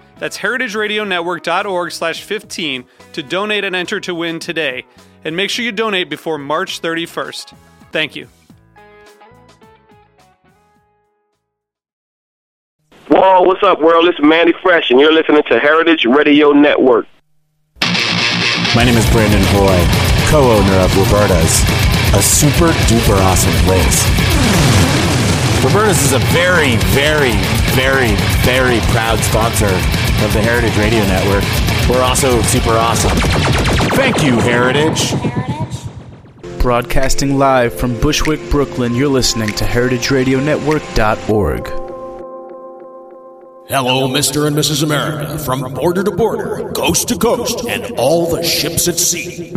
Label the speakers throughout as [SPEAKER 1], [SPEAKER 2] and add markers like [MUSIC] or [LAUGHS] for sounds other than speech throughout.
[SPEAKER 1] That's heritageradionetwork.org slash 15 to donate and enter to win today. And make sure you donate before March 31st. Thank you.
[SPEAKER 2] Whoa, what's up, world? It's Manny Fresh, and you're listening to Heritage Radio Network.
[SPEAKER 3] My name is Brandon Boy, co owner of Roberta's, a super duper awesome place. Roberta's is a very, very, very, very proud sponsor of the Heritage Radio Network. We're also super awesome. Thank you, Heritage.
[SPEAKER 4] Broadcasting live from Bushwick, Brooklyn, you're listening to heritageradionetwork.org.
[SPEAKER 5] Hello, Mr. and Mrs. America, from border to border, coast to coast, and all the ships at sea.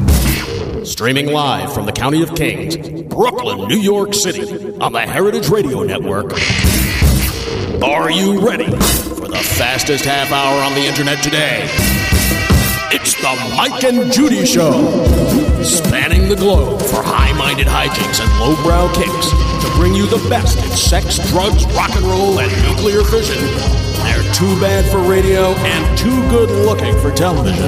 [SPEAKER 5] Streaming live from the County of Kings, Brooklyn, New York City, on the Heritage Radio Network. Are you ready for the fastest half hour on the internet today? It's the Mike and Judy Show, spanning the globe for high minded hijinks and lowbrow kicks to bring you the best in sex, drugs, rock and roll, and nuclear fission. They're too bad for radio and too good looking for television.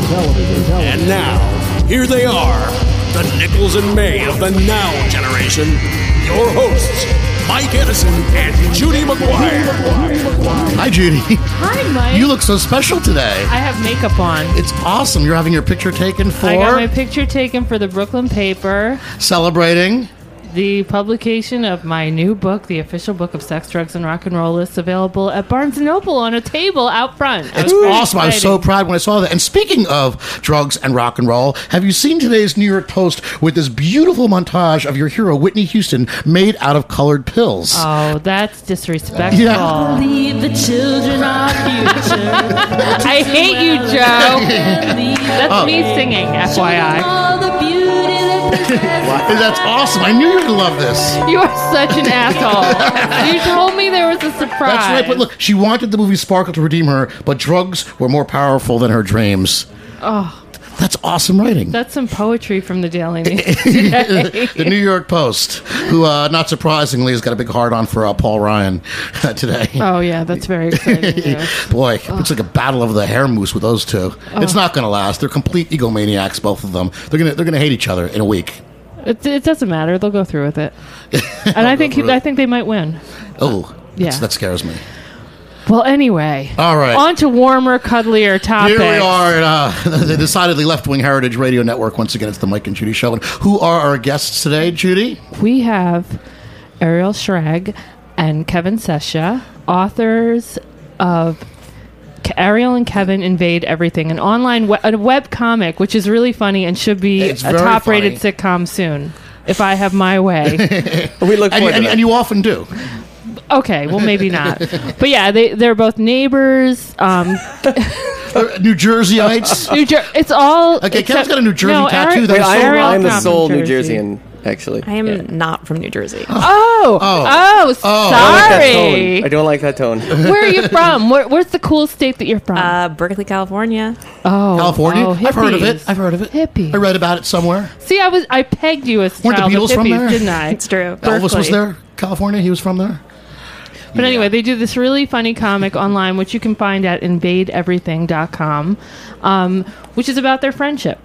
[SPEAKER 5] And now, here they are, the Nichols and May of the Now Generation, your hosts, Mike Edison and Judy McGuire.
[SPEAKER 6] Hi, Judy.
[SPEAKER 7] Hi, Mike.
[SPEAKER 6] You look so special today.
[SPEAKER 7] I have makeup on.
[SPEAKER 6] It's awesome. You're having your picture taken for
[SPEAKER 7] I got my picture taken for the Brooklyn paper,
[SPEAKER 6] celebrating.
[SPEAKER 7] the publication of my new book, the official book of sex, drugs, and rock and roll, lists available at Barnes and Noble on a table out front. I
[SPEAKER 6] It's
[SPEAKER 7] was pretty
[SPEAKER 6] awesome. I was so
[SPEAKER 7] excited.
[SPEAKER 6] proud when I saw that. And speaking of drugs and rock and roll, have you seen today's New York Post with this beautiful montage of your hero Whitney Houston made out of colored pills?
[SPEAKER 7] Oh, that's disrespectful.
[SPEAKER 6] Yeah.
[SPEAKER 8] Leave the children our
[SPEAKER 9] [LAUGHS]
[SPEAKER 8] future.
[SPEAKER 7] I hate you, Joe. That's
[SPEAKER 6] Oh.
[SPEAKER 7] me singing, FYI.
[SPEAKER 8] All the beauty that possess
[SPEAKER 6] That's awesome. I knew you would love this.
[SPEAKER 7] You are such
[SPEAKER 6] [LAUGHS]
[SPEAKER 7] an asshole. You told me there was a surprise.
[SPEAKER 6] That's right. But look, she wanted the movie Sparkle to redeem her, but drugs were more powerful than her dreams. Oh. That's awesome writing.
[SPEAKER 7] That's some poetry from the Daily
[SPEAKER 6] [LAUGHS]
[SPEAKER 7] News.
[SPEAKER 6] the New York Post, who, uh, not surprisingly, has got a big hard on for uh, Paul Ryan uh, today.
[SPEAKER 7] Oh, yeah, that's very exciting. news.
[SPEAKER 6] [LAUGHS] Boy, it's like a battle of the hair moose with those two. It's
[SPEAKER 7] Oh.
[SPEAKER 6] not going to last. They're complete egomaniacs, both of them. They're gonna they're gonna hate each other in a week.
[SPEAKER 7] It, it doesn't matter. They'll go through
[SPEAKER 6] [LAUGHS]
[SPEAKER 7] with it. And I think
[SPEAKER 6] through
[SPEAKER 7] I think they might win.
[SPEAKER 6] Oh,
[SPEAKER 7] Uh, Yeah.
[SPEAKER 6] that's- that scares me.
[SPEAKER 7] Well, anyway.
[SPEAKER 6] All right.
[SPEAKER 7] On to warmer, cuddlier topics.
[SPEAKER 6] Here we are at uh, [LAUGHS] the decidedly left wing Heritage Radio Network. Once again, it's the Mike and Judy Show. And who are our guests today, Judy?
[SPEAKER 7] We have Ariel Schrag and Kevin Sesha, authors of K- Ariel and Kevin Invade Everything, an online we- a web comic, which is really funny and should be
[SPEAKER 6] It's
[SPEAKER 7] a
[SPEAKER 6] very
[SPEAKER 7] top rated
[SPEAKER 6] funny. [LAUGHS]
[SPEAKER 7] sitcom soon. If I have my way.
[SPEAKER 9] We
[SPEAKER 6] And, and,
[SPEAKER 9] look forward to that.
[SPEAKER 6] and you often do.
[SPEAKER 7] okay, well, maybe not. But yeah, they, they're both neighbors. Um,
[SPEAKER 6] Uh, New Jerseyites.
[SPEAKER 7] [LAUGHS] New Jer- it's all.
[SPEAKER 6] Okay,
[SPEAKER 7] except-
[SPEAKER 6] Kevin's got a New Jersey
[SPEAKER 7] no,
[SPEAKER 6] tattoo
[SPEAKER 7] Ari-
[SPEAKER 6] that
[SPEAKER 9] Wait,
[SPEAKER 6] is so
[SPEAKER 9] I'm,
[SPEAKER 7] Ariel's
[SPEAKER 9] I'm
[SPEAKER 7] not
[SPEAKER 9] a
[SPEAKER 7] from
[SPEAKER 9] soul New
[SPEAKER 7] Jersey.
[SPEAKER 9] Jerseyan, actually.
[SPEAKER 10] [LAUGHS] I am
[SPEAKER 9] Yeah.
[SPEAKER 10] not from New Jersey.
[SPEAKER 7] Oh, oh,
[SPEAKER 9] I don't like that
[SPEAKER 7] sorry.
[SPEAKER 9] tone. I don't like that tone. [LAUGHS]
[SPEAKER 7] Where are you from? Where, where's the cool state that you're from?
[SPEAKER 10] Uh, Berkeley, California.
[SPEAKER 7] oh,
[SPEAKER 6] California.
[SPEAKER 7] oh,
[SPEAKER 6] I've heard of it.
[SPEAKER 7] hippies.
[SPEAKER 6] I've heard of it.
[SPEAKER 7] Hippies.
[SPEAKER 6] I read about it somewhere.
[SPEAKER 7] See, I was I pegged you as
[SPEAKER 6] Weren't the
[SPEAKER 7] child of
[SPEAKER 6] Beatles from
[SPEAKER 7] hippies,
[SPEAKER 6] there?
[SPEAKER 7] didn't I?
[SPEAKER 10] It's true.
[SPEAKER 6] Elvis was
[SPEAKER 7] Berkeley.
[SPEAKER 6] there. California. He was from there.
[SPEAKER 7] But anyway, they do this really funny comic online, which you can find at invadeeverything.com, um, which is about their friendship.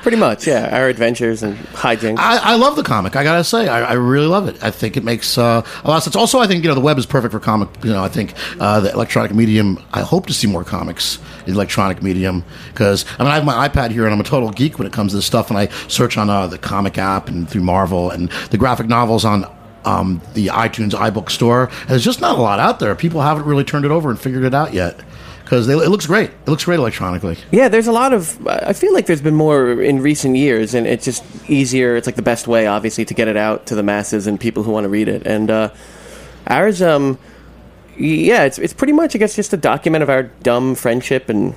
[SPEAKER 9] Pretty much, yeah. Our adventures and hijinks.
[SPEAKER 6] I, I love the comic. I gotta say, I, I really love it. I think it makes uh, a lot of sense. Also, I think you know the web is perfect for comic. You know, I think uh, the electronic medium. I hope to see more comics in electronic medium because I mean I have my iPad here and I'm a total geek when it comes to this stuff. And I search on uh, the comic app and through Marvel and the graphic novels on. Um, the iTunes iBook store. And there's just not a lot out there. People haven't really turned it over and figured it out yet because it looks great. It looks great electronically.
[SPEAKER 9] Yeah, there's a lot of. I feel like there's been more in recent years, and it's just easier. It's like the best way, obviously, to get it out to the masses and people who want to read it. And uh, ours, um, yeah, it's it's pretty much, I guess, just a document of our dumb
[SPEAKER 10] [LAUGHS]
[SPEAKER 9] friendship and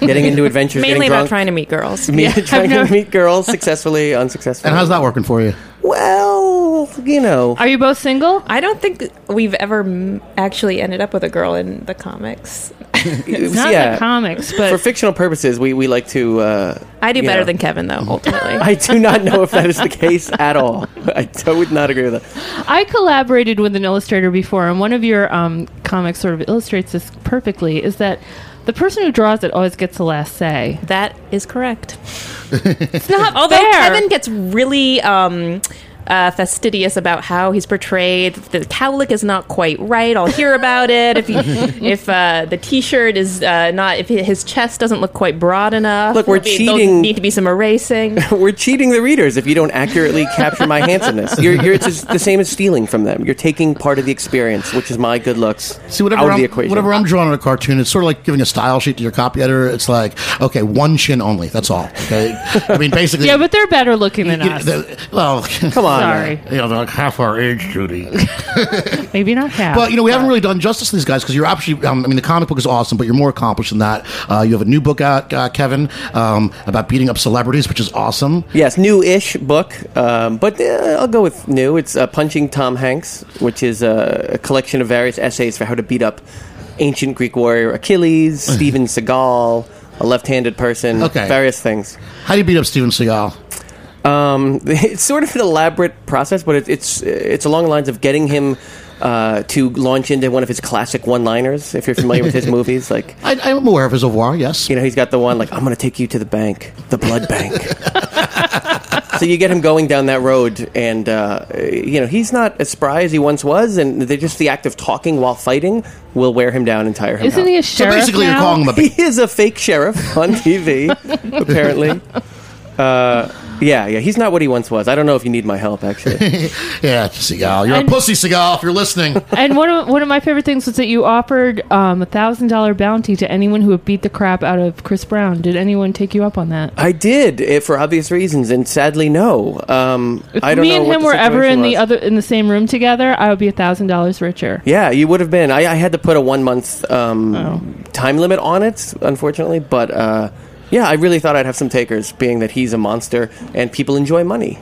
[SPEAKER 9] getting into adventures,
[SPEAKER 10] Mainly
[SPEAKER 9] getting
[SPEAKER 10] about
[SPEAKER 9] drunk,
[SPEAKER 10] trying to meet girls.
[SPEAKER 9] me-
[SPEAKER 10] [LAUGHS] Yeah.
[SPEAKER 9] trying to meet girls successfully, unsuccessfully.
[SPEAKER 6] And how's that working for you?
[SPEAKER 9] Well, you know,
[SPEAKER 7] Are you both single?
[SPEAKER 10] I don't think we've ever m- actually ended up with a girl in the comics.
[SPEAKER 7] Not in
[SPEAKER 9] yeah.
[SPEAKER 7] the comics,
[SPEAKER 9] for
[SPEAKER 7] but
[SPEAKER 9] fictional purposes, we, we like to. Uh,
[SPEAKER 10] I do
[SPEAKER 9] you
[SPEAKER 10] better
[SPEAKER 9] know.
[SPEAKER 10] than Kevin, though, ultimately.
[SPEAKER 9] I do not know if that
[SPEAKER 10] [LAUGHS]
[SPEAKER 9] is the case at all. I t- would not agree with that.
[SPEAKER 7] I collaborated with an illustrator before, and one of your um, comics sort of illustrates this perfectly. Is that the person who draws it always gets the last say?
[SPEAKER 10] that is
[SPEAKER 6] [LAUGHS]
[SPEAKER 10] correct.
[SPEAKER 7] It's not
[SPEAKER 10] Although
[SPEAKER 7] fair.
[SPEAKER 10] Kevin gets really um, uh, fastidious about how he's portrayed. The cowlick is not quite right. I'll hear about it.
[SPEAKER 6] [LAUGHS]
[SPEAKER 10] If he, if uh, the T-shirt is uh, not, if his chest doesn't look quite broad enough.
[SPEAKER 9] Look, we're
[SPEAKER 10] there'll be- there'll
[SPEAKER 9] cheating.
[SPEAKER 10] Need to be some erasing.
[SPEAKER 9] We're cheating the readers if you don't accurately capture my handsomeness. You're, you're, it's just the same as stealing from them. You're taking part of the experience, which is my good looks,
[SPEAKER 6] See, whatever
[SPEAKER 9] out of
[SPEAKER 6] I'm,
[SPEAKER 9] the equation.
[SPEAKER 6] whatever I'm drawing in a cartoon, it's sort of like giving a style sheet to your copy editor. It's like, okay, one chin only. That's all. Okay, I mean, basically,
[SPEAKER 7] [LAUGHS] yeah, but they're better looking than
[SPEAKER 6] you know,
[SPEAKER 7] us.
[SPEAKER 6] the- well,
[SPEAKER 9] [LAUGHS] Come on.
[SPEAKER 7] Sorry,
[SPEAKER 6] you know, they're like half our age,
[SPEAKER 7] [LAUGHS]
[SPEAKER 6] Judy.
[SPEAKER 7] maybe not half.
[SPEAKER 6] Well, you know, we haven't really done justice to these guys because you're actually, um, I mean, the comic book is awesome, but you're more accomplished than that. Uh, you have a new book out, uh, Kevin, um, about beating up celebrities, which is awesome.
[SPEAKER 9] Yes, new-ish book, um, but uh, I'll go with new. It's uh, Punching Tom Hanks, which is uh, a collection of various essays for how to beat up ancient Greek
[SPEAKER 6] [LAUGHS]
[SPEAKER 9] warrior Achilles, Steven Seagal, a left-handed person,
[SPEAKER 6] Okay.
[SPEAKER 9] various things.
[SPEAKER 6] How do you beat up Steven Seagal?
[SPEAKER 9] Um, [LAUGHS] it's sort of an elaborate process, but it, it's it's along the lines of getting him uh, to launch into one of his classic one-liners. If you're familiar with his movies, like
[SPEAKER 6] I, I'm aware of his au revoir, yes.
[SPEAKER 9] you know, he's got the one like I'm going to take you to the bank, the blood bank. so you get him going down that road, and uh, you know he's not as spry as he once was, and they just the act of talking while fighting will wear him down and tire him
[SPEAKER 7] isn't
[SPEAKER 9] out.
[SPEAKER 7] he a
[SPEAKER 6] so
[SPEAKER 7] sheriff
[SPEAKER 6] basically,
[SPEAKER 7] now?
[SPEAKER 6] you're calling him a
[SPEAKER 7] [LAUGHS]
[SPEAKER 9] [LAUGHS] he is a fake sheriff on TV,
[SPEAKER 7] [LAUGHS]
[SPEAKER 9] apparently. Uh, yeah, yeah, he's not what he once was. I don't know if you need my help, actually.
[SPEAKER 6] yeah, Seagal. You're
[SPEAKER 7] And-
[SPEAKER 6] a pussy, Seagal. If you're listening,
[SPEAKER 7] [LAUGHS] and one of one of my favorite things was that you offered um, a thousand dollar bounty to anyone who would beat the crap out of Chris Brown. Did anyone take you up on that?
[SPEAKER 9] I did it for obvious reasons, and sadly, no. Um, I don't
[SPEAKER 7] me
[SPEAKER 9] know
[SPEAKER 7] and
[SPEAKER 9] what
[SPEAKER 7] him
[SPEAKER 9] the
[SPEAKER 7] were ever
[SPEAKER 9] situation
[SPEAKER 7] in the
[SPEAKER 9] was.
[SPEAKER 7] other in the same room together. I would be a thousand dollars richer.
[SPEAKER 9] Yeah, you would have been. I, I had to put a one month um,
[SPEAKER 7] Oh.
[SPEAKER 9] time limit on it, unfortunately. But uh, yeah, I really thought I'd have some takers, being that he's a monster and people enjoy money.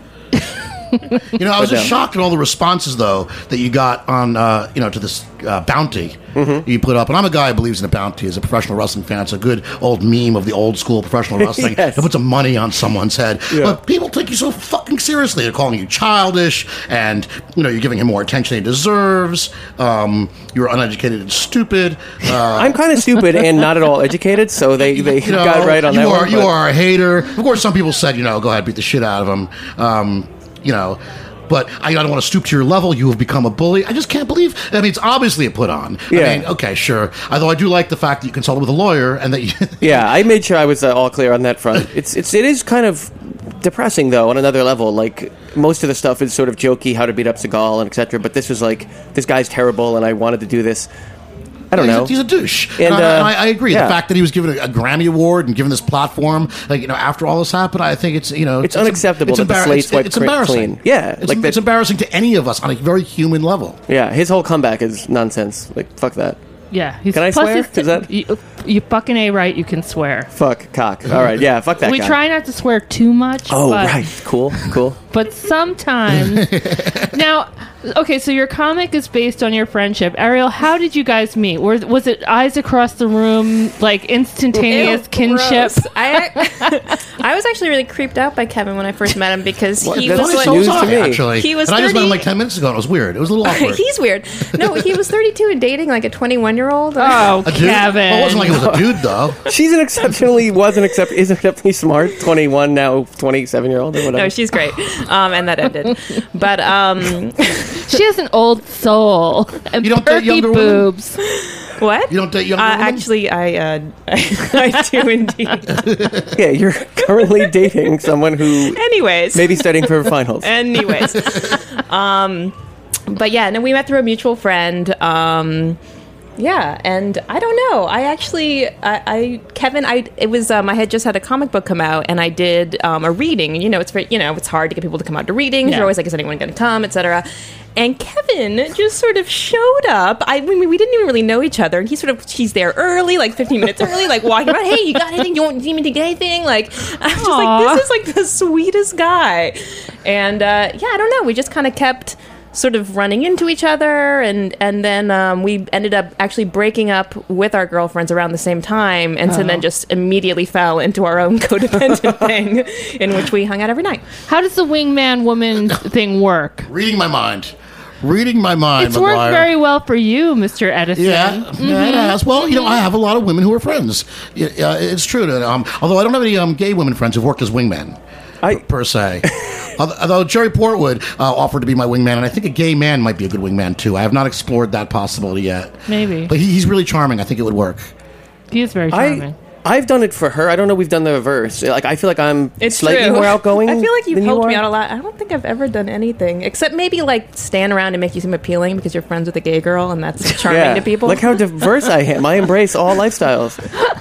[SPEAKER 6] You know, I was just
[SPEAKER 9] no.
[SPEAKER 6] shocked at all the responses though that you got on, uh, you know, to this uh, bounty you put up. And I'm a guy who believes in a bounty as a professional wrestling fan. It's a good old meme of the old school professional wrestling
[SPEAKER 9] Yes.
[SPEAKER 6] that puts some money on someone's head. But people take you so fucking seriously. They're calling you childish, and you know, you're giving him more attention than he deserves. Um, you're uneducated and stupid. Uh,
[SPEAKER 9] I'm kind of stupid and not at all educated, so
[SPEAKER 6] [LAUGHS]
[SPEAKER 9] they, they
[SPEAKER 6] you know,
[SPEAKER 9] got right on
[SPEAKER 6] you
[SPEAKER 9] that
[SPEAKER 6] are,
[SPEAKER 9] one.
[SPEAKER 6] You
[SPEAKER 9] but-
[SPEAKER 6] are a hater. Of course, some people said, you know, go ahead, beat the shit out of him. Um, you know, but I don't want to stoop to your level. You have become a bully. I just can't believe. I mean, it's obviously a put on.
[SPEAKER 9] Yeah.
[SPEAKER 6] I mean, okay, sure. Although I do like the fact that you consulted with a lawyer and that [LAUGHS] you.
[SPEAKER 9] Yeah, I made sure I was uh, all clear on that front. It's it's it is kind of depressing though on another level. Like most of the stuff is sort of jokey, how to beat up Seagal and etc. But this was like this guy's terrible, and I wanted to do this. I don't
[SPEAKER 6] He's
[SPEAKER 9] know.
[SPEAKER 6] a, he's a douche,
[SPEAKER 9] And,
[SPEAKER 6] and, I, and
[SPEAKER 9] uh,
[SPEAKER 6] I, I agree.
[SPEAKER 9] yeah.
[SPEAKER 6] The fact that he was given a, a Grammy award and given this platform, like you know, after all this happened, I think it's you know,
[SPEAKER 9] It's unacceptable that the
[SPEAKER 6] embar-
[SPEAKER 9] slate's
[SPEAKER 6] it's-
[SPEAKER 9] wiped
[SPEAKER 6] it's
[SPEAKER 9] cre-
[SPEAKER 6] embarrassing.
[SPEAKER 9] clean. Yeah,
[SPEAKER 6] it's,
[SPEAKER 9] like that-
[SPEAKER 6] it's embarrassing to any of us on a very human level.
[SPEAKER 9] yeah, his whole comeback is nonsense. Like fuck that.
[SPEAKER 7] Yeah, he's
[SPEAKER 9] Can I
[SPEAKER 7] plus
[SPEAKER 9] swear?
[SPEAKER 7] his t-
[SPEAKER 9] Is that-
[SPEAKER 7] you- you fucking a right. You can swear.
[SPEAKER 6] [LAUGHS]
[SPEAKER 9] Fuck cock. All right, yeah, fuck that
[SPEAKER 7] we
[SPEAKER 9] guy.
[SPEAKER 7] try not to swear too much.
[SPEAKER 9] Oh
[SPEAKER 7] but,
[SPEAKER 9] right, cool, cool.
[SPEAKER 7] But sometimes.
[SPEAKER 6] [LAUGHS]
[SPEAKER 7] now, okay, so your comic is based on your friendship. Ariel, how did you guys meet? Were, was it eyes across the room, like instantaneous
[SPEAKER 10] Ew,
[SPEAKER 7] kinship?
[SPEAKER 10] gross. I I was actually really creeped out by Kevin
[SPEAKER 9] [LAUGHS]
[SPEAKER 10] when I first met him because
[SPEAKER 6] What?
[SPEAKER 10] he
[SPEAKER 6] That's
[SPEAKER 10] was
[SPEAKER 6] funny,
[SPEAKER 10] like,
[SPEAKER 6] so was I, actually.
[SPEAKER 10] He was
[SPEAKER 6] and I just met
[SPEAKER 10] 30
[SPEAKER 6] him like 10 minutes ago and it was weird. It was a
[SPEAKER 10] [LAUGHS]
[SPEAKER 6] little awkward.
[SPEAKER 10] He's weird. [LAUGHS] No,
[SPEAKER 9] [LAUGHS]
[SPEAKER 10] he was 32 and dating like a 21 year old.
[SPEAKER 7] Oh,
[SPEAKER 10] [LAUGHS]
[SPEAKER 6] a dude? Well, it wasn't like it was a dude, though.
[SPEAKER 9] She's an exceptionally was an except is exceptionally smart. Twenty one now, twenty seven year old or whatever.
[SPEAKER 10] No, she's great. Um, and that ended. But um,
[SPEAKER 7] she has an old soul and
[SPEAKER 6] You don't date
[SPEAKER 7] perky
[SPEAKER 6] younger women?
[SPEAKER 7] boobs.
[SPEAKER 10] what?
[SPEAKER 6] You don't date
[SPEAKER 10] Uh,
[SPEAKER 6] younger women?
[SPEAKER 10] actually, I, uh, [LAUGHS] I do indeed.
[SPEAKER 9] yeah, you're currently dating someone who
[SPEAKER 10] Anyways,
[SPEAKER 9] may be studying for finals.
[SPEAKER 10] Anyways, [LAUGHS] um, but yeah, no, we met through a mutual friend. Um, yeah, and I don't know. I actually, I, I Kevin, I it was um, I had just had a comic book come out, and I did um, a reading. You know, it's very, you know it's hard to get people to come out to readings.
[SPEAKER 7] Yeah.
[SPEAKER 10] You're always like, is anyone going to come, etc. And Kevin just sort of showed up. I mean, we didn't even really know each other, and he sort of he's there early, like 15 minutes early, like walking around. Hey, you got anything? You want you need me to get anything? Like [LAUGHS] I was just like,
[SPEAKER 7] Aw.
[SPEAKER 10] this is like the sweetest guy. And uh, yeah, I don't know. We just kind of kept sort of running into each other, and and then um, we ended up actually breaking up with our girlfriends around the same time, and so then
[SPEAKER 7] Oh.
[SPEAKER 10] just immediately fell into our own [LAUGHS]
[SPEAKER 7] [LAUGHS]
[SPEAKER 10] codependent thing, in which we hung out every night.
[SPEAKER 7] How does the wingman woman thing work?
[SPEAKER 6] Reading my mind. Reading my mind.
[SPEAKER 7] It's worked
[SPEAKER 6] McGuire.
[SPEAKER 7] very well for you, Mr. Edison.
[SPEAKER 6] Yeah, yeah,
[SPEAKER 10] Mm-hmm.
[SPEAKER 6] it has. Well, you know, I have a lot of women who are friends. Yeah, uh, it's true. that, Um, although I don't have any um, gay women friends who've worked as wingmen,
[SPEAKER 9] I-
[SPEAKER 6] per,
[SPEAKER 10] [LAUGHS]
[SPEAKER 6] per se. Although- Although Jerry Portwood uh, offered to be my wingman, and I think a gay man might be a good wingman too. I have not explored that possibility yet.
[SPEAKER 7] Maybe.
[SPEAKER 6] but he, he's really charming. I think it would work.
[SPEAKER 7] He is very charming.
[SPEAKER 9] I I've done it for her. I don't know. We've done the reverse. Like I feel like I'm
[SPEAKER 10] It's
[SPEAKER 9] slightly
[SPEAKER 10] true.
[SPEAKER 9] more outgoing.
[SPEAKER 10] I feel like you've
[SPEAKER 9] than
[SPEAKER 10] helped
[SPEAKER 9] you
[SPEAKER 10] me
[SPEAKER 9] are.
[SPEAKER 10] out a lot. I don't think I've ever done anything except maybe like stand around and make you seem appealing because you're friends with a gay girl and that's [LAUGHS] charming
[SPEAKER 9] Yeah.
[SPEAKER 10] to people.
[SPEAKER 9] Look how diverse I am. I embrace all lifestyles.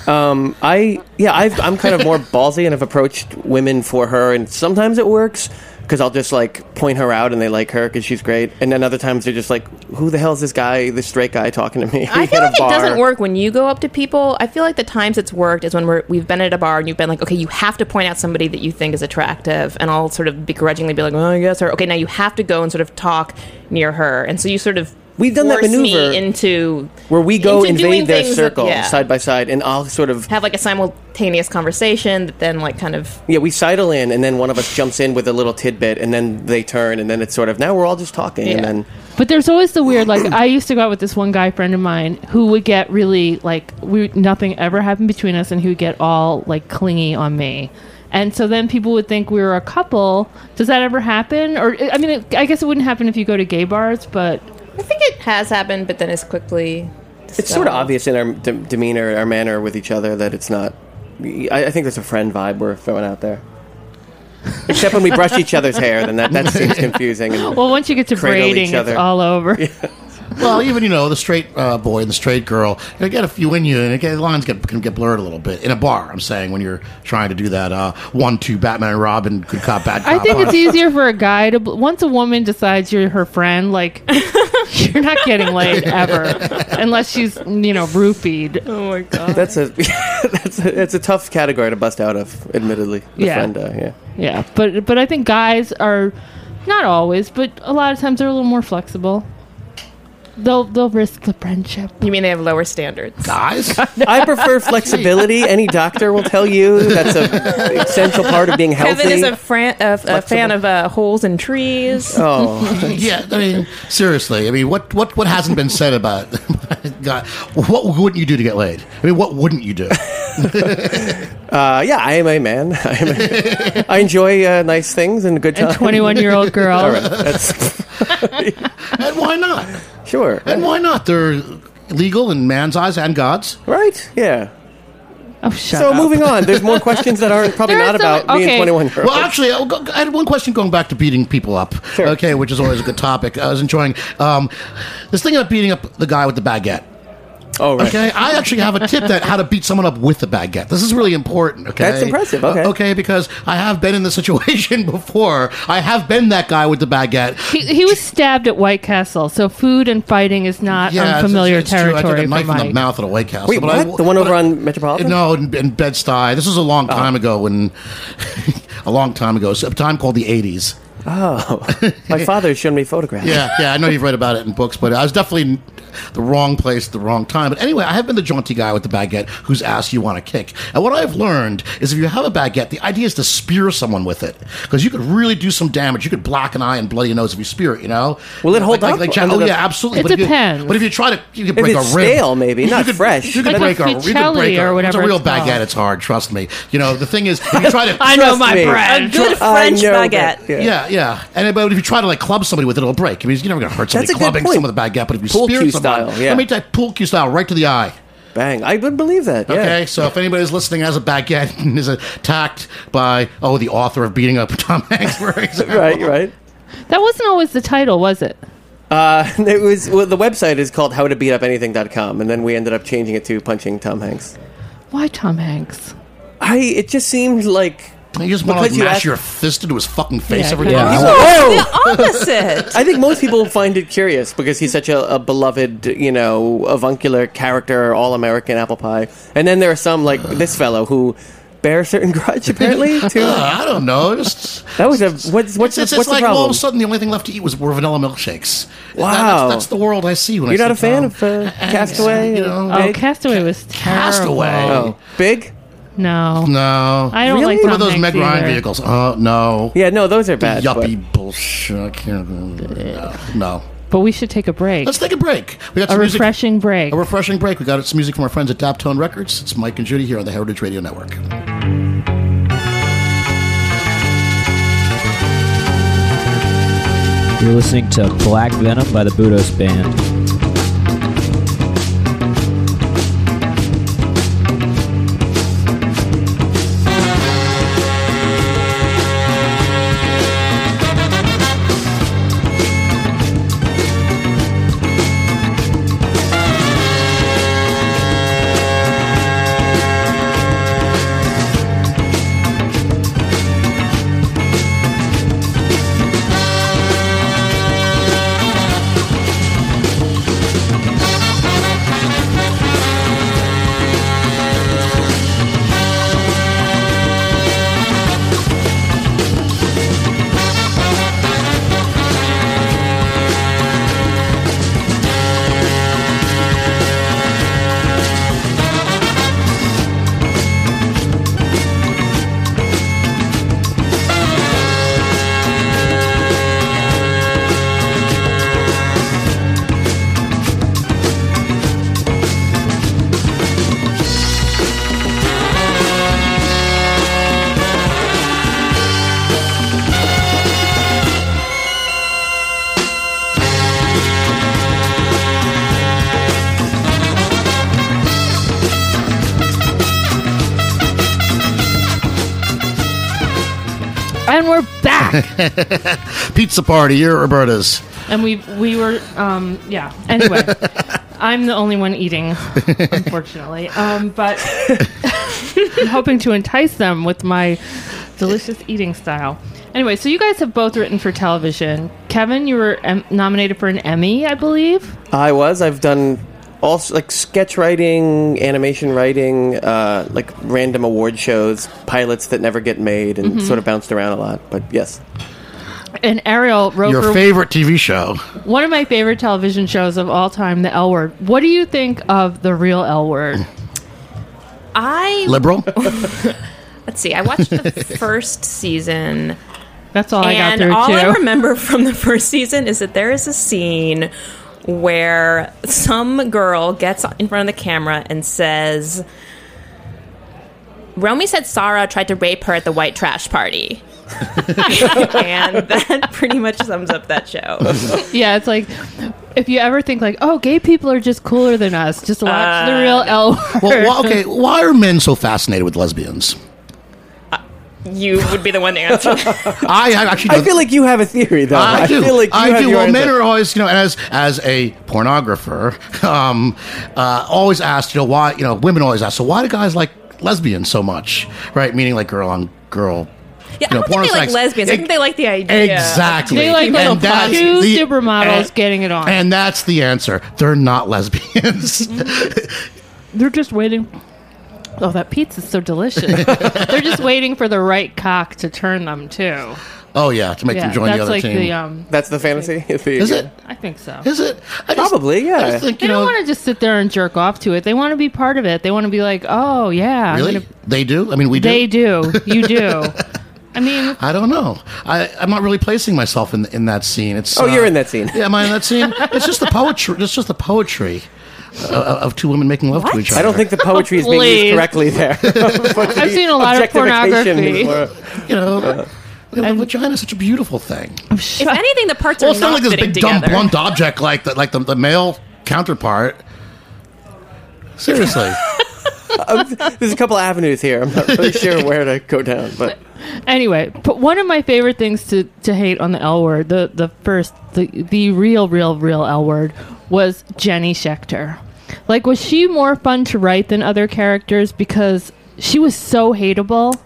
[SPEAKER 9] Um, I yeah, I've, I'm kind of more ballsy and have approached women for her, and sometimes it works because I'll just like point her out and they like her because she's great, and then other times they're just like, who the hell is this guy, this straight guy talking to me?
[SPEAKER 10] I feel
[SPEAKER 9] [LAUGHS] at a
[SPEAKER 10] like it
[SPEAKER 9] bar?"
[SPEAKER 10] doesn't work when you go up to people. I feel like the times it's worked is when we're, we've been at a bar and you've been like, okay, you have to point out somebody that you think is attractive, and I'll sort of begrudgingly be like, oh, yes, or okay, now you have to go and sort of talk near her, and so you sort of
[SPEAKER 9] We've done that
[SPEAKER 10] force me
[SPEAKER 9] maneuver
[SPEAKER 10] into
[SPEAKER 9] Where we go
[SPEAKER 10] into doing
[SPEAKER 9] invade their
[SPEAKER 10] things that-
[SPEAKER 9] circle
[SPEAKER 10] yeah.
[SPEAKER 9] side by side, and I'll sort of
[SPEAKER 10] have like a simultaneous conversation that then like kind of
[SPEAKER 9] yeah, we sidle in, and then one of us jumps in with a little tidbit, and then they turn, and then it's sort of now we're all just talking,
[SPEAKER 10] Yeah.
[SPEAKER 9] and then
[SPEAKER 7] But there's always the weird. Like I used to go out with this one guy friend of mine who would get really like we nothing ever happened between us, and he would get all like clingy on me. And so then people would think we were a couple. Does that ever happen? Or I mean, it, I guess it wouldn't happen if you go to gay bars, but
[SPEAKER 10] I think it has happened, but then it's quickly.
[SPEAKER 9] It's sort of obvious in our de- demeanor, our manner with each other that it's not. I, I think there's a friend vibe we're throwing out there. Except when we brush each other's hair, then that, that seems confusing.
[SPEAKER 10] [LAUGHS]
[SPEAKER 9] And
[SPEAKER 7] well, once you get to
[SPEAKER 9] Cradle each
[SPEAKER 7] braiding, it's
[SPEAKER 9] other.
[SPEAKER 7] all over.
[SPEAKER 6] Well, even you know the straight uh, boy and the straight girl, they get a few in you, and again, the lines get, can get blurred a little bit in a bar. I'm saying when you're trying to do that uh, one-two Batman and Robin, good cop, bad cop.
[SPEAKER 7] I think
[SPEAKER 6] line.
[SPEAKER 9] [LAUGHS]
[SPEAKER 7] it's easier for a guy to. Bl- once a woman decides you're her friend,
[SPEAKER 9] [LAUGHS]
[SPEAKER 7] like you're not getting laid ever, unless she's you know roofied.
[SPEAKER 10] Oh my god!
[SPEAKER 9] that's a [LAUGHS] that's a, that's a tough category to bust out of. Admittedly, the
[SPEAKER 7] Yeah.
[SPEAKER 9] friend, uh, yeah.
[SPEAKER 7] Yeah, but but I think guys are not always, but a lot of times they're a little more flexible. They'll they'll risk the friendship.
[SPEAKER 10] you mean they have lower standards?
[SPEAKER 7] [LAUGHS]
[SPEAKER 6] guys.
[SPEAKER 9] I prefer flexibility. Any doctor will tell you that's a essential part of being healthy.
[SPEAKER 10] Kevin is a, fran- a, a fan
[SPEAKER 9] Flexible.
[SPEAKER 10] of uh, holes and trees.
[SPEAKER 9] oh,
[SPEAKER 6] Yeah, I mean, seriously. I mean, what what what hasn't been said about [LAUGHS] God? What wouldn't you do to get laid? I mean, what wouldn't
[SPEAKER 7] [LAUGHS]
[SPEAKER 6] you do?
[SPEAKER 9] uh, yeah, I am a man. [LAUGHS] I, am a, I enjoy uh, nice things and good
[SPEAKER 7] And
[SPEAKER 9] times.
[SPEAKER 7] twenty one year old girl.
[SPEAKER 9] [LAUGHS] All right, that's [LAUGHS]
[SPEAKER 6] and why not?
[SPEAKER 9] sure.
[SPEAKER 6] And why not? They're legal in man's eyes and God's.
[SPEAKER 9] Right? Yeah.
[SPEAKER 7] Oh shut
[SPEAKER 9] so
[SPEAKER 7] up.
[SPEAKER 9] moving on, there's more questions that are probably
[SPEAKER 7] There are
[SPEAKER 9] not
[SPEAKER 7] some-
[SPEAKER 9] about me and
[SPEAKER 7] okay.
[SPEAKER 9] 21 year
[SPEAKER 6] Well, actually, I'll go- I had one question going back to beating people up.
[SPEAKER 9] Sure.
[SPEAKER 6] Okay, which is always a good topic. I was enjoying um, this thing about beating up the guy with the baguette.
[SPEAKER 9] Oh, right.
[SPEAKER 6] Okay, I actually have a tip that how to beat someone up with a baguette. This is really important. Okay,
[SPEAKER 9] That's impressive, okay.
[SPEAKER 6] Uh, okay, because I have been in this situation [LAUGHS] before. I have been that guy with the baguette.
[SPEAKER 7] He, he was stabbed at White Castle, so food and fighting is
[SPEAKER 9] Uh,
[SPEAKER 7] not
[SPEAKER 6] it's-
[SPEAKER 7] unfamiliar
[SPEAKER 6] it's, it's true.
[SPEAKER 7] territory
[SPEAKER 6] I took a knife
[SPEAKER 7] for Mike.
[SPEAKER 6] in the mouth at a White Castle.
[SPEAKER 9] Wait,
[SPEAKER 6] but I-
[SPEAKER 9] what? The one
[SPEAKER 6] but
[SPEAKER 9] over
[SPEAKER 6] I-
[SPEAKER 9] on Uh-huh. Metropolitan?
[SPEAKER 6] No, in, in Bed Stuy. This was a long time ago, when [LAUGHS] a long time ago, so a time called the '80s. [LAUGHS]
[SPEAKER 9] Oh, my father showed me photographs.
[SPEAKER 6] Yeah, yeah, I know you've read about it in books, but I was definitely in the wrong place at the wrong time. But anyway, I have been the jaunty guy with the baguette whose ass you want to kick. And what I've learned is if you have a baguette, the idea is to spear someone with it because you could really do some damage. You could block an eye and bloody a nose if you spear it. You know?
[SPEAKER 9] Will it hold
[SPEAKER 6] like,
[SPEAKER 9] up
[SPEAKER 6] Like, like,
[SPEAKER 9] under
[SPEAKER 6] oh
[SPEAKER 9] the-
[SPEAKER 6] yeah, absolutely.
[SPEAKER 7] It
[SPEAKER 6] but If
[SPEAKER 7] depends.
[SPEAKER 6] you, but if you try to, you could break
[SPEAKER 9] it's
[SPEAKER 6] a rib.
[SPEAKER 9] stale, maybe,
[SPEAKER 6] You
[SPEAKER 9] not
[SPEAKER 6] could-
[SPEAKER 9] fresh.
[SPEAKER 6] You could
[SPEAKER 7] Like
[SPEAKER 6] break
[SPEAKER 7] a
[SPEAKER 6] a, you could
[SPEAKER 7] Fuchelli
[SPEAKER 6] break a,
[SPEAKER 7] or
[SPEAKER 6] it's
[SPEAKER 7] whatever
[SPEAKER 6] a real
[SPEAKER 7] it's called.
[SPEAKER 6] baguette. It's hard. Trust me. You know the thing is, if you try to. [LAUGHS]
[SPEAKER 7] [LAUGHS] I know
[SPEAKER 9] Trust
[SPEAKER 7] my
[SPEAKER 9] me.
[SPEAKER 10] A
[SPEAKER 7] bread.
[SPEAKER 10] good
[SPEAKER 9] I
[SPEAKER 10] French
[SPEAKER 9] know
[SPEAKER 10] baguette.
[SPEAKER 9] that,
[SPEAKER 6] Yeah, yeah. And but if you try to like club somebody with it, it'll break. I mean, you're never gonna hurt somebody
[SPEAKER 9] That's a good
[SPEAKER 6] clubbing
[SPEAKER 9] point.
[SPEAKER 6] someone with a baguette. But if you
[SPEAKER 9] Pool
[SPEAKER 6] spear
[SPEAKER 9] cue
[SPEAKER 6] someone,
[SPEAKER 9] style, yeah.
[SPEAKER 6] let me type pool cue style right to the eye.
[SPEAKER 9] Bang. I would believe that. Yeah.
[SPEAKER 6] Okay, so if anybody's listening as a baguette [LAUGHS] and is attacked by oh the author of beating up [LAUGHS] Tom Hanks, for example,
[SPEAKER 9] Right, [LAUGHS] right.
[SPEAKER 7] That wasn't always the title, was it?
[SPEAKER 9] Uh, it was well, the website is called howtobeatupanything.com, and then we ended up changing it to punching Tom Hanks.
[SPEAKER 7] Why Tom Hanks?
[SPEAKER 9] I it just seemed like
[SPEAKER 6] You just want to like,
[SPEAKER 9] Because you
[SPEAKER 6] mash
[SPEAKER 9] asked-
[SPEAKER 6] your fist into his fucking face
[SPEAKER 7] Yeah,
[SPEAKER 6] every
[SPEAKER 7] yeah.
[SPEAKER 6] time.
[SPEAKER 9] whoa.
[SPEAKER 10] Opposite.
[SPEAKER 9] [LAUGHS] I think most people find it curious because he's such a, a beloved, you know, avuncular character, all American apple pie. And then there are
[SPEAKER 6] [SIGHS]
[SPEAKER 9] some like this fellow who bear a certain grudge
[SPEAKER 6] [LAUGHS]
[SPEAKER 9] apparently. To
[SPEAKER 6] Uh, I don't know. Just,
[SPEAKER 9] [LAUGHS] that was a what's what's
[SPEAKER 6] it's, it's,
[SPEAKER 9] the, what's the
[SPEAKER 6] like all
[SPEAKER 9] problem?
[SPEAKER 6] of a sudden the only thing left to eat was were vanilla milkshakes. That-
[SPEAKER 9] Wow.
[SPEAKER 6] that's, that's the world I see when
[SPEAKER 9] You're
[SPEAKER 6] I
[SPEAKER 9] not a
[SPEAKER 6] see
[SPEAKER 9] fan
[SPEAKER 6] Tom [LAUGHS]
[SPEAKER 9] of uh,
[SPEAKER 6] Hanks,
[SPEAKER 9] Castaway?
[SPEAKER 6] You know?
[SPEAKER 7] Oh, [LAUGHS]
[SPEAKER 9] Big?
[SPEAKER 7] Castaway was terrible.
[SPEAKER 6] Castaway.
[SPEAKER 9] Oh, big?
[SPEAKER 7] No,
[SPEAKER 6] No,
[SPEAKER 7] I don't
[SPEAKER 9] Really?
[SPEAKER 7] like Tom
[SPEAKER 6] What are those
[SPEAKER 7] Hanks
[SPEAKER 6] Meg Ryan
[SPEAKER 7] either.
[SPEAKER 6] vehicles? Oh no.
[SPEAKER 9] Yeah, no, those are bad. but-
[SPEAKER 6] yuppie bullshit. I can't. No, no.
[SPEAKER 7] But we should take a break.
[SPEAKER 6] Let's take a break. We got
[SPEAKER 7] a
[SPEAKER 6] some music.
[SPEAKER 7] refreshing break.
[SPEAKER 6] A refreshing break. We got some music from our friends at Daptone Records. It's Mike and Judy here on the Heritage Radio Network.
[SPEAKER 11] You're listening to Black Venom by the Budos Band.
[SPEAKER 7] and we're
[SPEAKER 6] [LAUGHS]
[SPEAKER 7] back.
[SPEAKER 6] Pizza party. You're Roberta's.
[SPEAKER 7] and we we were um yeah. Anyway, I'm the only one eating, unfortunately. Um, but I'm hoping to entice them with my delicious eating style. Anyway, so you guys have both written for television. Kevin, you were em- nominated for an Emmy, I believe.
[SPEAKER 9] I was. I've done all like sketch writing, animation writing, uh, like random award shows, pilots that never get made, and
[SPEAKER 10] Mm-hmm.
[SPEAKER 9] sort of bounced around a lot. But yes,
[SPEAKER 7] And Ariel wrote
[SPEAKER 6] Your
[SPEAKER 7] for
[SPEAKER 6] favorite TV show.
[SPEAKER 7] one of my favorite television shows of all time, The L Word. What do you think of the real L Word?
[SPEAKER 10] I
[SPEAKER 6] Liberal.
[SPEAKER 10] let's see. I watched the [LAUGHS] first season.
[SPEAKER 7] That's all I got
[SPEAKER 10] and
[SPEAKER 7] through
[SPEAKER 10] all
[SPEAKER 7] too. [LAUGHS]
[SPEAKER 10] I remember from the first season is that there is a scene where some girl gets in front of the camera and says, Romy said Sarah tried to rape her at the white trash
[SPEAKER 6] [LAUGHS]
[SPEAKER 10] party. and that pretty much sums up that show.
[SPEAKER 7] yeah, it's like if you ever think like, oh, gay people are just cooler than us, just
[SPEAKER 6] [LAUGHS]
[SPEAKER 7] watch the real L. Word.
[SPEAKER 6] well, why, okay. Why are men so fascinated with lesbians?
[SPEAKER 10] you would be the one to answer.
[SPEAKER 6] I have actually.
[SPEAKER 9] I feel like you have a theory, though.
[SPEAKER 6] I, do.
[SPEAKER 9] feel like you
[SPEAKER 6] I
[SPEAKER 9] have
[SPEAKER 6] do.
[SPEAKER 9] your
[SPEAKER 6] Well,
[SPEAKER 9] own
[SPEAKER 6] men
[SPEAKER 9] thing.
[SPEAKER 6] are always, you know, as as a pornographer, [LAUGHS] um, uh, always asked, you know, why, you know, women always ask, so why do guys like lesbians so much, right? Meaning like girl on girl.
[SPEAKER 10] Yeah, I
[SPEAKER 6] you know,
[SPEAKER 10] don't think
[SPEAKER 6] porno
[SPEAKER 10] they like
[SPEAKER 6] sex.
[SPEAKER 10] lesbians. I think they like the idea.
[SPEAKER 6] Exactly.
[SPEAKER 7] [LAUGHS] They like little
[SPEAKER 6] that's
[SPEAKER 7] two
[SPEAKER 6] the-
[SPEAKER 7] supermodels
[SPEAKER 6] and-
[SPEAKER 7] getting it on.
[SPEAKER 6] And that's the answer. They're not lesbians. [LAUGHS]
[SPEAKER 7] They're just waiting. Oh, that pizza's
[SPEAKER 6] [LAUGHS]
[SPEAKER 7] so delicious. They're just waiting for the right cock to turn them too.
[SPEAKER 6] oh yeah, to make
[SPEAKER 7] Yeah,
[SPEAKER 6] them join
[SPEAKER 7] that's
[SPEAKER 6] the other
[SPEAKER 7] like
[SPEAKER 6] team.
[SPEAKER 7] the um.
[SPEAKER 9] That's the fantasy.
[SPEAKER 6] Is it?
[SPEAKER 7] I think so.
[SPEAKER 6] Is it? I just-
[SPEAKER 9] Probably, yeah.
[SPEAKER 6] I just think,
[SPEAKER 7] They
[SPEAKER 6] you
[SPEAKER 7] don't
[SPEAKER 6] know,
[SPEAKER 7] want to just sit there and jerk off to it. They want to be part of it. They want to be like, oh yeah, I'm
[SPEAKER 6] really,
[SPEAKER 7] gonna-
[SPEAKER 6] they do. I mean, we do.
[SPEAKER 7] they do.
[SPEAKER 6] [LAUGHS]
[SPEAKER 7] You do. I mean,
[SPEAKER 6] I don't know. I, I'm not really placing myself in in that scene. It's
[SPEAKER 9] Oh,
[SPEAKER 6] uh,
[SPEAKER 9] you're in that scene.
[SPEAKER 6] Yeah, am I in that scene? it's just the poetry. It's just the poetry of, of two women making love to each other.
[SPEAKER 9] I don't think the poetry is being
[SPEAKER 7] Please.
[SPEAKER 9] used
[SPEAKER 10] [LAUGHS]
[SPEAKER 9] correctly there.
[SPEAKER 7] I've seen a lot of
[SPEAKER 9] Objectification
[SPEAKER 7] pornography.
[SPEAKER 9] is more-
[SPEAKER 6] you know. you know, the vagina is such a beautiful thing.
[SPEAKER 10] If anything, the parts
[SPEAKER 6] Well,
[SPEAKER 10] are
[SPEAKER 6] it's not
[SPEAKER 10] not
[SPEAKER 6] like this
[SPEAKER 10] fitting
[SPEAKER 6] big
[SPEAKER 10] together.
[SPEAKER 6] dumb
[SPEAKER 9] [LAUGHS]
[SPEAKER 6] blunt object like the, like the, the male counterpart. Seriously,
[SPEAKER 9] Um, There's a couple avenues here. I'm not really sure where to go down, but
[SPEAKER 7] Anyway, but one of my favorite things to, to hate on the L word, the, the first, the, the real, real, real L word, was Jenny Schechter. Like, was she more fun to write than other characters because she was so hateable?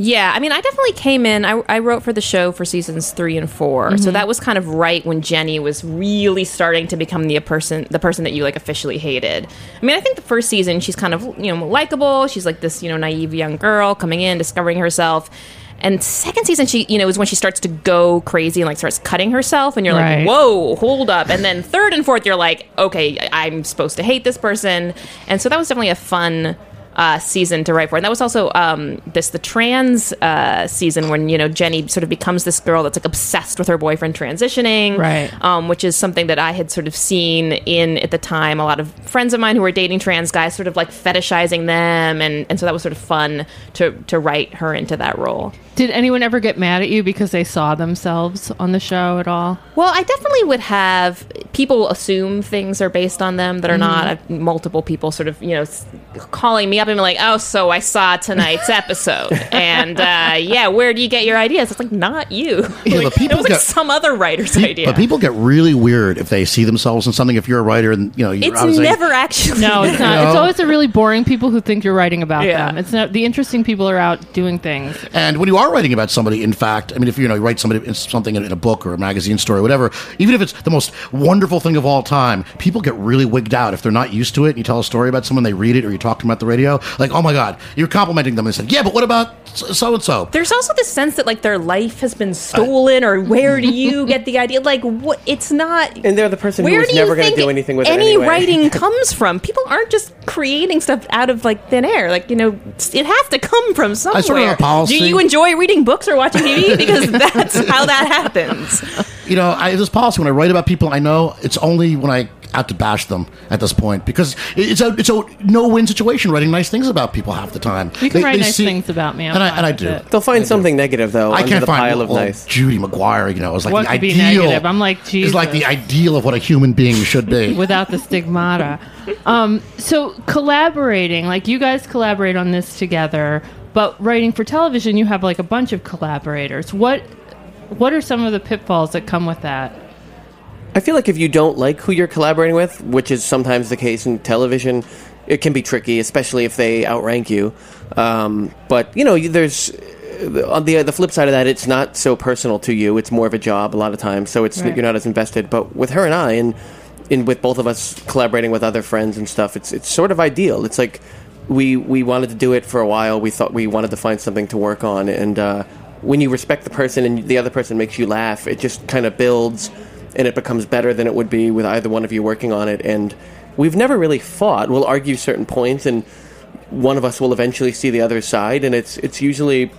[SPEAKER 10] Yeah, I mean, I definitely came in. I, I wrote for the show for seasons three and 4
[SPEAKER 7] Mm-hmm.
[SPEAKER 10] so that was kind of right when Jenny was really starting to become the person, the person that you like officially hated. I mean, I think the first season she's kind of you know likable. She's like this you know naive young girl coming in, discovering herself. And second season, she you know is when she starts to go crazy and like starts cutting herself, and you're
[SPEAKER 7] Right.
[SPEAKER 10] like, whoa, oh, hold up. And then third and fourth, you're like, okay, I- I'm supposed to hate this person, and so that was definitely a fun uh, season to write for. And that was also um, this the trans uh, season when you know Jenny sort of becomes this girl that's like obsessed with her boyfriend transitioning,
[SPEAKER 7] Right.
[SPEAKER 10] Um, which is something that I had sort of seen in at the time. A lot of friends of mine who were dating trans guys, sort of like fetishizing them, and and so that was sort of fun to to write her into that role.
[SPEAKER 7] Did anyone ever get mad at you because they saw themselves on the show at all?
[SPEAKER 10] Well, I definitely would have people assume things are based on them that are not.
[SPEAKER 6] Mm-hmm.
[SPEAKER 10] I've- Multiple people sort of, you know, s- calling me up and being like, oh, so I saw
[SPEAKER 6] [LAUGHS]
[SPEAKER 10] tonight's episode. And uh, yeah, where do you get your ideas? It's like, not [LAUGHS] you.
[SPEAKER 6] Yeah, but
[SPEAKER 10] Like, it
[SPEAKER 6] people
[SPEAKER 10] was like
[SPEAKER 6] get-
[SPEAKER 10] some other writer's idea.
[SPEAKER 6] but people get really weird if they see themselves in something. If you're a writer, and you know, you're
[SPEAKER 10] it's
[SPEAKER 6] obviously-
[SPEAKER 10] never actually.
[SPEAKER 7] No, it's not. It's
[SPEAKER 6] No.
[SPEAKER 7] always the really boring people who think you're writing about
[SPEAKER 10] Yeah.
[SPEAKER 7] them. It's not the interesting people are out doing things.
[SPEAKER 6] And when you are writing about somebody, in fact, I mean, if you know you write somebody something in, in a book or a magazine story, whatever, even if it's the most wonderful thing of all time, people get really wigged out if they're not used to it. And you tell a story about someone, they read it, or you talk to them at the radio, like, oh my god, you're complimenting them. They said, yeah, but what about so and so?
[SPEAKER 10] [LAUGHS] There's also this sense that like their life has been stolen, or where do you get the idea? Like, what? It's not.
[SPEAKER 9] and they're the person who
[SPEAKER 10] Where
[SPEAKER 9] was
[SPEAKER 10] do you
[SPEAKER 9] never going to
[SPEAKER 10] think
[SPEAKER 9] do anything with it
[SPEAKER 10] any
[SPEAKER 9] anyway.
[SPEAKER 10] writing comes from? People aren't just creating stuff out of like thin air. Like you know, it has to come from
[SPEAKER 7] Oh,
[SPEAKER 10] somewhere.
[SPEAKER 6] of a policy.
[SPEAKER 10] Do you enjoy reading books or watching
[SPEAKER 6] [LAUGHS]
[SPEAKER 10] TV? Because that's how that happens.
[SPEAKER 6] you know, I have this policy when I write about people I know, it's only when I out to bash them at this point because it- it's a it's a no win situation writing nice things about people half the time.
[SPEAKER 7] You can write nice things about me. I'm
[SPEAKER 6] and I,
[SPEAKER 7] fine
[SPEAKER 6] and I
[SPEAKER 7] with
[SPEAKER 6] do.
[SPEAKER 7] it.
[SPEAKER 9] [LAUGHS] They'll find something negative though.
[SPEAKER 6] I
[SPEAKER 9] under
[SPEAKER 6] can't
[SPEAKER 9] the
[SPEAKER 6] find
[SPEAKER 9] pile of
[SPEAKER 6] well,
[SPEAKER 9] nice.
[SPEAKER 6] Judy McGuire. You know, is like
[SPEAKER 7] What
[SPEAKER 6] the
[SPEAKER 7] could be
[SPEAKER 6] ideal.
[SPEAKER 7] negative? I'm like,
[SPEAKER 6] Is like the
[SPEAKER 7] Jesus.
[SPEAKER 6] ideal of what a human being should
[SPEAKER 7] [LAUGHS]
[SPEAKER 6] be.
[SPEAKER 7] without the stigmata. Um, so collaborating, like you guys collaborate on this together, but writing for television, you have like a bunch of collaborators. What what are some of the pitfalls that come with that?
[SPEAKER 9] I feel like if you don't like who you're collaborating with, which is sometimes the case in television, it can be tricky, especially if they outrank you. Um, but you know, you- there's on the the flip side of that, it's not so personal to you. It's more of a job a lot of times, so it's
[SPEAKER 7] Right.
[SPEAKER 9] you're not as invested. But with her and I, and in with both of us collaborating with other friends and stuff, it's it's sort of ideal. It's like we we wanted to do it for a while. We thought we wanted to find something to work on, and uh, when you respect the person and the other person makes you laugh, it just kind of builds and it becomes better than it would be with either one of you working on it. And we've never really fought. We'll argue certain points, and one of us will eventually see the other side, and it's it's usually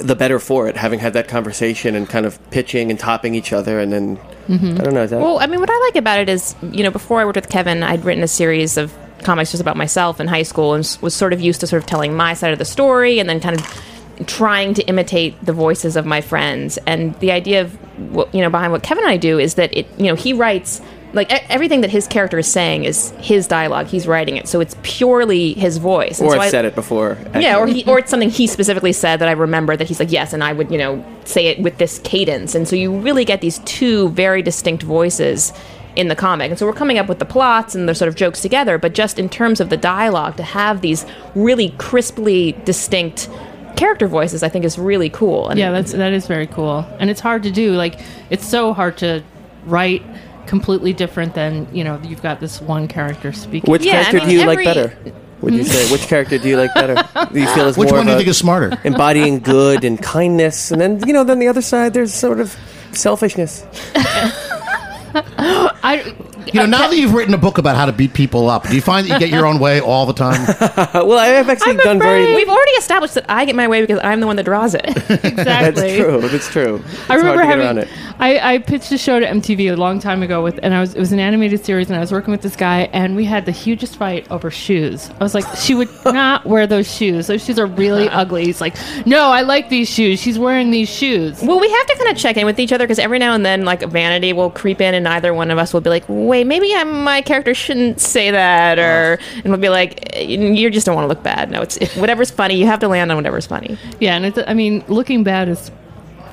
[SPEAKER 9] the better for it, having had that conversation and kind of pitching and topping each other, and then I don't know. Is that,
[SPEAKER 10] Mm-hmm. Well, I mean, what I like about it is, you know, before I worked with Kevin, I'd written a series of comics just about myself in high school and s- was sort of used to sort of telling my side of the story and then kind of trying to imitate the voices of my friends. And the idea of, what, you know, behind what Kevin and I do is that it, you know, he writes like e- everything that his character is saying is his dialogue. He's writing it, so it's purely his voice. And
[SPEAKER 9] or
[SPEAKER 10] so
[SPEAKER 9] I've
[SPEAKER 10] I-
[SPEAKER 9] said it before.
[SPEAKER 10] Yeah, or
[SPEAKER 9] actually.
[SPEAKER 10] he, or it's something he specifically said that I remember that he's like, yes, and I would, you know, say it with this cadence, and so you really get these two very distinct voices in the comic, and so we're coming up with the plots and the sort of jokes together, but just in terms of the dialogue, to have these really crisply distinct character voices, I think is really cool. And
[SPEAKER 7] yeah, that's that is very cool, and it's hard to do. Like, it's so hard to write completely different than you know. You've got this one character speaking.
[SPEAKER 9] Which character do you like better? Would you say which character do you like
[SPEAKER 6] [LAUGHS]
[SPEAKER 9] better? Do you feel is
[SPEAKER 6] Mm. Which
[SPEAKER 9] more
[SPEAKER 6] one do
[SPEAKER 9] of
[SPEAKER 6] you
[SPEAKER 9] a
[SPEAKER 6] think is
[SPEAKER 9] [LAUGHS]
[SPEAKER 6] smarter?
[SPEAKER 9] Embodying good and kindness, and then you know, then the other side there's sort of selfishness.
[SPEAKER 7] I,
[SPEAKER 6] You know, now that you've written a book about how to beat people up, do you find that you get your own way all the time?
[SPEAKER 7] [LAUGHS]
[SPEAKER 9] Uh, well, I have actually done very.
[SPEAKER 10] We've already established that I get my way because I'm the one that draws
[SPEAKER 7] [LAUGHS]
[SPEAKER 10] it.
[SPEAKER 9] That's
[SPEAKER 7] exactly.
[SPEAKER 9] true. That's true. It's
[SPEAKER 7] I remember
[SPEAKER 9] hard to get around
[SPEAKER 7] having
[SPEAKER 9] it.
[SPEAKER 7] I, I pitched a show to MTV a long time ago with and I was it was an animated series and I was working with this guy and we had the hugest fight over shoes. I was like, she
[SPEAKER 9] [LAUGHS]
[SPEAKER 7] would not wear those shoes. Those shoes are really ugly. He's like, no, I like these shoes. She's wearing these shoes.
[SPEAKER 10] Well, we have to kind of check in with each other because every now and then, like vanity will creep in, and either one of us will be like, "Wait, maybe i my character shouldn't say that,"
[SPEAKER 9] Uh-huh.
[SPEAKER 10] or and we'll be like, "You just don't want to look bad." No, it's whatever's funny. You have to land on whatever's funny.
[SPEAKER 7] Yeah, and it's I mean, looking bad is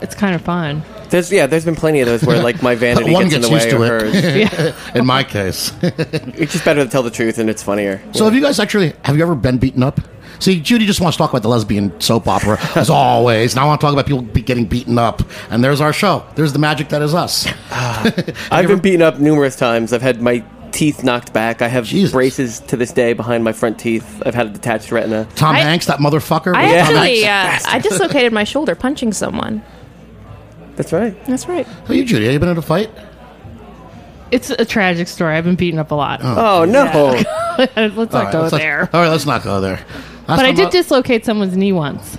[SPEAKER 7] it's kind of fun.
[SPEAKER 9] There's yeah, there's been plenty of those where like
[SPEAKER 6] [LAUGHS]
[SPEAKER 9] my vanity
[SPEAKER 6] One
[SPEAKER 9] gets, in the
[SPEAKER 6] gets
[SPEAKER 9] way
[SPEAKER 6] used
[SPEAKER 9] of
[SPEAKER 6] to it. [LAUGHS]
[SPEAKER 9] hers.
[SPEAKER 6] In my case.
[SPEAKER 9] it's just better to tell the truth, and it's funnier.
[SPEAKER 6] So have you guys actually have you ever been beaten up? See, Judy just wants to talk about the lesbian soap opera as always, and I want to talk about people be getting beaten up. And there's our show. There's the magic that is us.
[SPEAKER 9] I've been beaten up numerous times. I've had my teeth knocked back. I have braces to this day behind my front teeth. I've had a detached retina.
[SPEAKER 6] Tom Hanks, that motherfucker.
[SPEAKER 10] I
[SPEAKER 6] Tom
[SPEAKER 10] actually, uh,
[SPEAKER 6] Hanks.
[SPEAKER 10] I dislocated my shoulder punching someone.
[SPEAKER 9] That's right.
[SPEAKER 10] That's right.
[SPEAKER 7] uh,
[SPEAKER 6] How you, Judy? Have you been in a fight?
[SPEAKER 7] It's a tragic story. I've been beaten up a lot.
[SPEAKER 6] Oh. Oh, no.
[SPEAKER 7] [LAUGHS]
[SPEAKER 10] [LAUGHS]
[SPEAKER 7] let's not
[SPEAKER 6] All right,
[SPEAKER 7] go
[SPEAKER 6] let's not-
[SPEAKER 7] there.
[SPEAKER 6] all right, let's not go there.
[SPEAKER 7] but I did dislocate someone's knee once.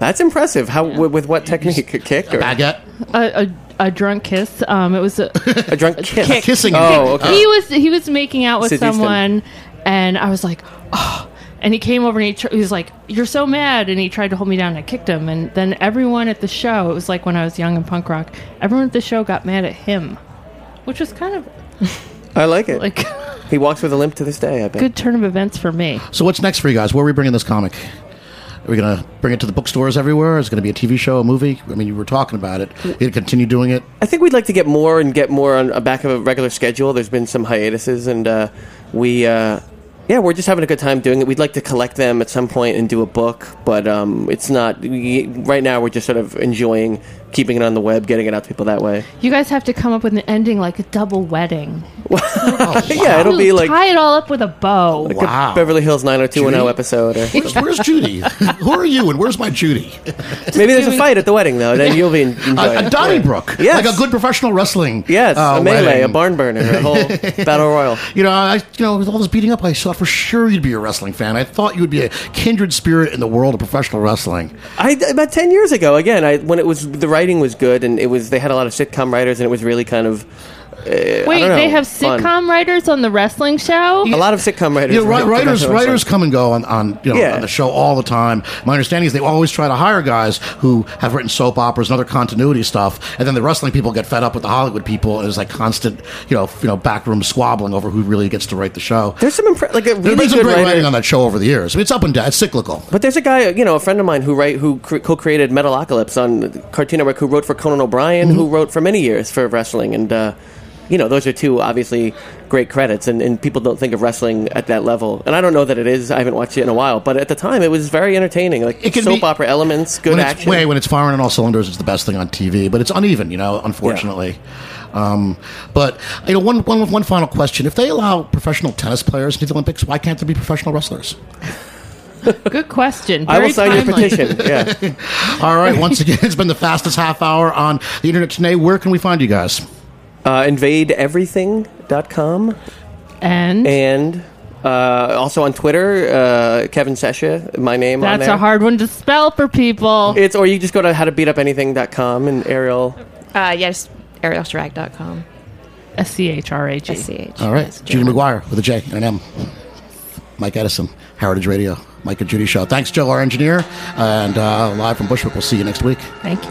[SPEAKER 9] That's impressive. How with, with what technique? A kick or
[SPEAKER 6] baguette?
[SPEAKER 7] A, a, a drunk kiss. Um, it was a
[SPEAKER 9] A drunk kiss.
[SPEAKER 7] kick.
[SPEAKER 9] Oh, [LAUGHS] okay.
[SPEAKER 7] He was he was making out with
[SPEAKER 9] Sid Houston.
[SPEAKER 7] someone, and I was like, oh. And he came over and he, tr- he was like, "You're so mad!" And he tried to hold me down. and I kicked him, and then everyone at the show. It was like when I was young in punk rock. Everyone at the show got mad at him, which was kind of
[SPEAKER 9] I like it.
[SPEAKER 7] Like [LAUGHS]
[SPEAKER 9] he walks with a limp to this day. I bet.
[SPEAKER 7] good turn of events for me.
[SPEAKER 6] So what's next for you guys? Where are we bringing this comic? Are we going to bring it to the bookstores everywhere? Is it going to be a TV show, a movie? I mean, you were talking about it. You're going to continue doing it?
[SPEAKER 9] I think we'd like to get more and get more on a back of a regular schedule. There's been some hiatuses, and uh, we, uh, yeah, we're just having a good time doing it. We'd like to collect them at some point and do a book, but um, it's not y- right now. We're just sort of enjoying keeping it on the web, getting it out to people that way. [LAUGHS]
[SPEAKER 7] You guys have to come up with an ending like a double wedding.
[SPEAKER 9] yeah, it'll be like,
[SPEAKER 7] tie it all up with a bow.
[SPEAKER 9] like a Beverly Hills 90210 episode, or
[SPEAKER 6] Where's, where's Judy?
[SPEAKER 7] [LAUGHS]
[SPEAKER 6] Who are you and where's my Judy?
[SPEAKER 9] maybe there's a fight at the wedding though.
[SPEAKER 6] [LAUGHS]
[SPEAKER 9] Then you'll be in, enjoy
[SPEAKER 6] A, a
[SPEAKER 9] it.
[SPEAKER 6] Donnybrook.
[SPEAKER 9] Yes.
[SPEAKER 6] Like a good professional wrestling.
[SPEAKER 9] Yes,
[SPEAKER 6] uh,
[SPEAKER 9] a melee,
[SPEAKER 6] wedding.
[SPEAKER 9] a barn burner, a
[SPEAKER 6] [LAUGHS]
[SPEAKER 9] whole battle royal.
[SPEAKER 6] You know, I, you know, with all this beating up, I thought for sure you'd be a wrestling fan. I thought you would be a kindred spirit in the world of professional wrestling.
[SPEAKER 9] I about ten years ago. Again, I when it was the writing was good, and it was they had a lot of sitcom writers, and it was really kind of. Uh, Wait,
[SPEAKER 7] Wait, they have sitcom writers on the wrestling
[SPEAKER 9] [LAUGHS]
[SPEAKER 7] show.
[SPEAKER 9] A lot of sitcom writers.
[SPEAKER 6] You know, wri-
[SPEAKER 9] wrote
[SPEAKER 6] writers,
[SPEAKER 9] professional
[SPEAKER 6] writers
[SPEAKER 9] wrestling.
[SPEAKER 6] come and go on, on you know
[SPEAKER 9] Yeah.
[SPEAKER 6] on the show all the time. My understanding is they always try to hire guys who have written soap operas and other continuity stuff, and then the wrestling people get fed up with the Hollywood people, and it's like constant you know f- you know backroom squabbling over who really gets to write the show.
[SPEAKER 9] There's some impre- like a
[SPEAKER 6] There's
[SPEAKER 9] really
[SPEAKER 6] been some
[SPEAKER 9] good
[SPEAKER 6] great
[SPEAKER 9] writer.
[SPEAKER 6] writing on that show over the years. I mean, it's up and down. It's cyclical.
[SPEAKER 9] But there's a guy, you know, a friend of mine who write who cre- co-created Metalocalypse on Cartoon Network, who wrote for Conan O'Brien, who
[SPEAKER 6] Mm-hmm.
[SPEAKER 9] wrote for many years for wrestling, and uh, you know, those are two obviously great credits, and, and people don't think of wrestling at that level. And I don't know that it is. I haven't watched it in a while, but at the time, it was very entertaining, like
[SPEAKER 6] It can
[SPEAKER 9] soap
[SPEAKER 6] be-
[SPEAKER 9] opera elements, good
[SPEAKER 6] when it's,
[SPEAKER 9] action.
[SPEAKER 6] Way when it's firing on all cylinders, it's the best thing on TV. But it's uneven, you know. Unfortunately. Um, but you know, one, one, one final question: If they allow professional tennis players into the Olympics, why can't there be professional wrestlers?
[SPEAKER 7] Good question.
[SPEAKER 9] I will
[SPEAKER 7] Very
[SPEAKER 9] sign your
[SPEAKER 7] timely.
[SPEAKER 6] [LAUGHS]
[SPEAKER 9] petition. Yeah.
[SPEAKER 6] All right. Once again, [LAUGHS] it's been the fastest half hour on the internet today. Where can we find you guys?
[SPEAKER 9] Uh, invadeeverything.com
[SPEAKER 7] And
[SPEAKER 9] and uh, also on Twitter, uh, Kevin Sesha, my name on
[SPEAKER 7] that's
[SPEAKER 9] there.
[SPEAKER 7] a hard one to spell for people.
[SPEAKER 9] It's or you just go to howtobeatupanything.com and Ariel.
[SPEAKER 10] Uh, yes, arielstrag.com.
[SPEAKER 7] S C H R A G.
[SPEAKER 10] S C H.
[SPEAKER 6] All right. Judy McGuire with a J and an M. Mike Edison, Heritage Radio, Mike and Judy Show. Thanks, Joe, our engineer, and uh, live from Bushwick. We'll see you next week.
[SPEAKER 7] Thank you.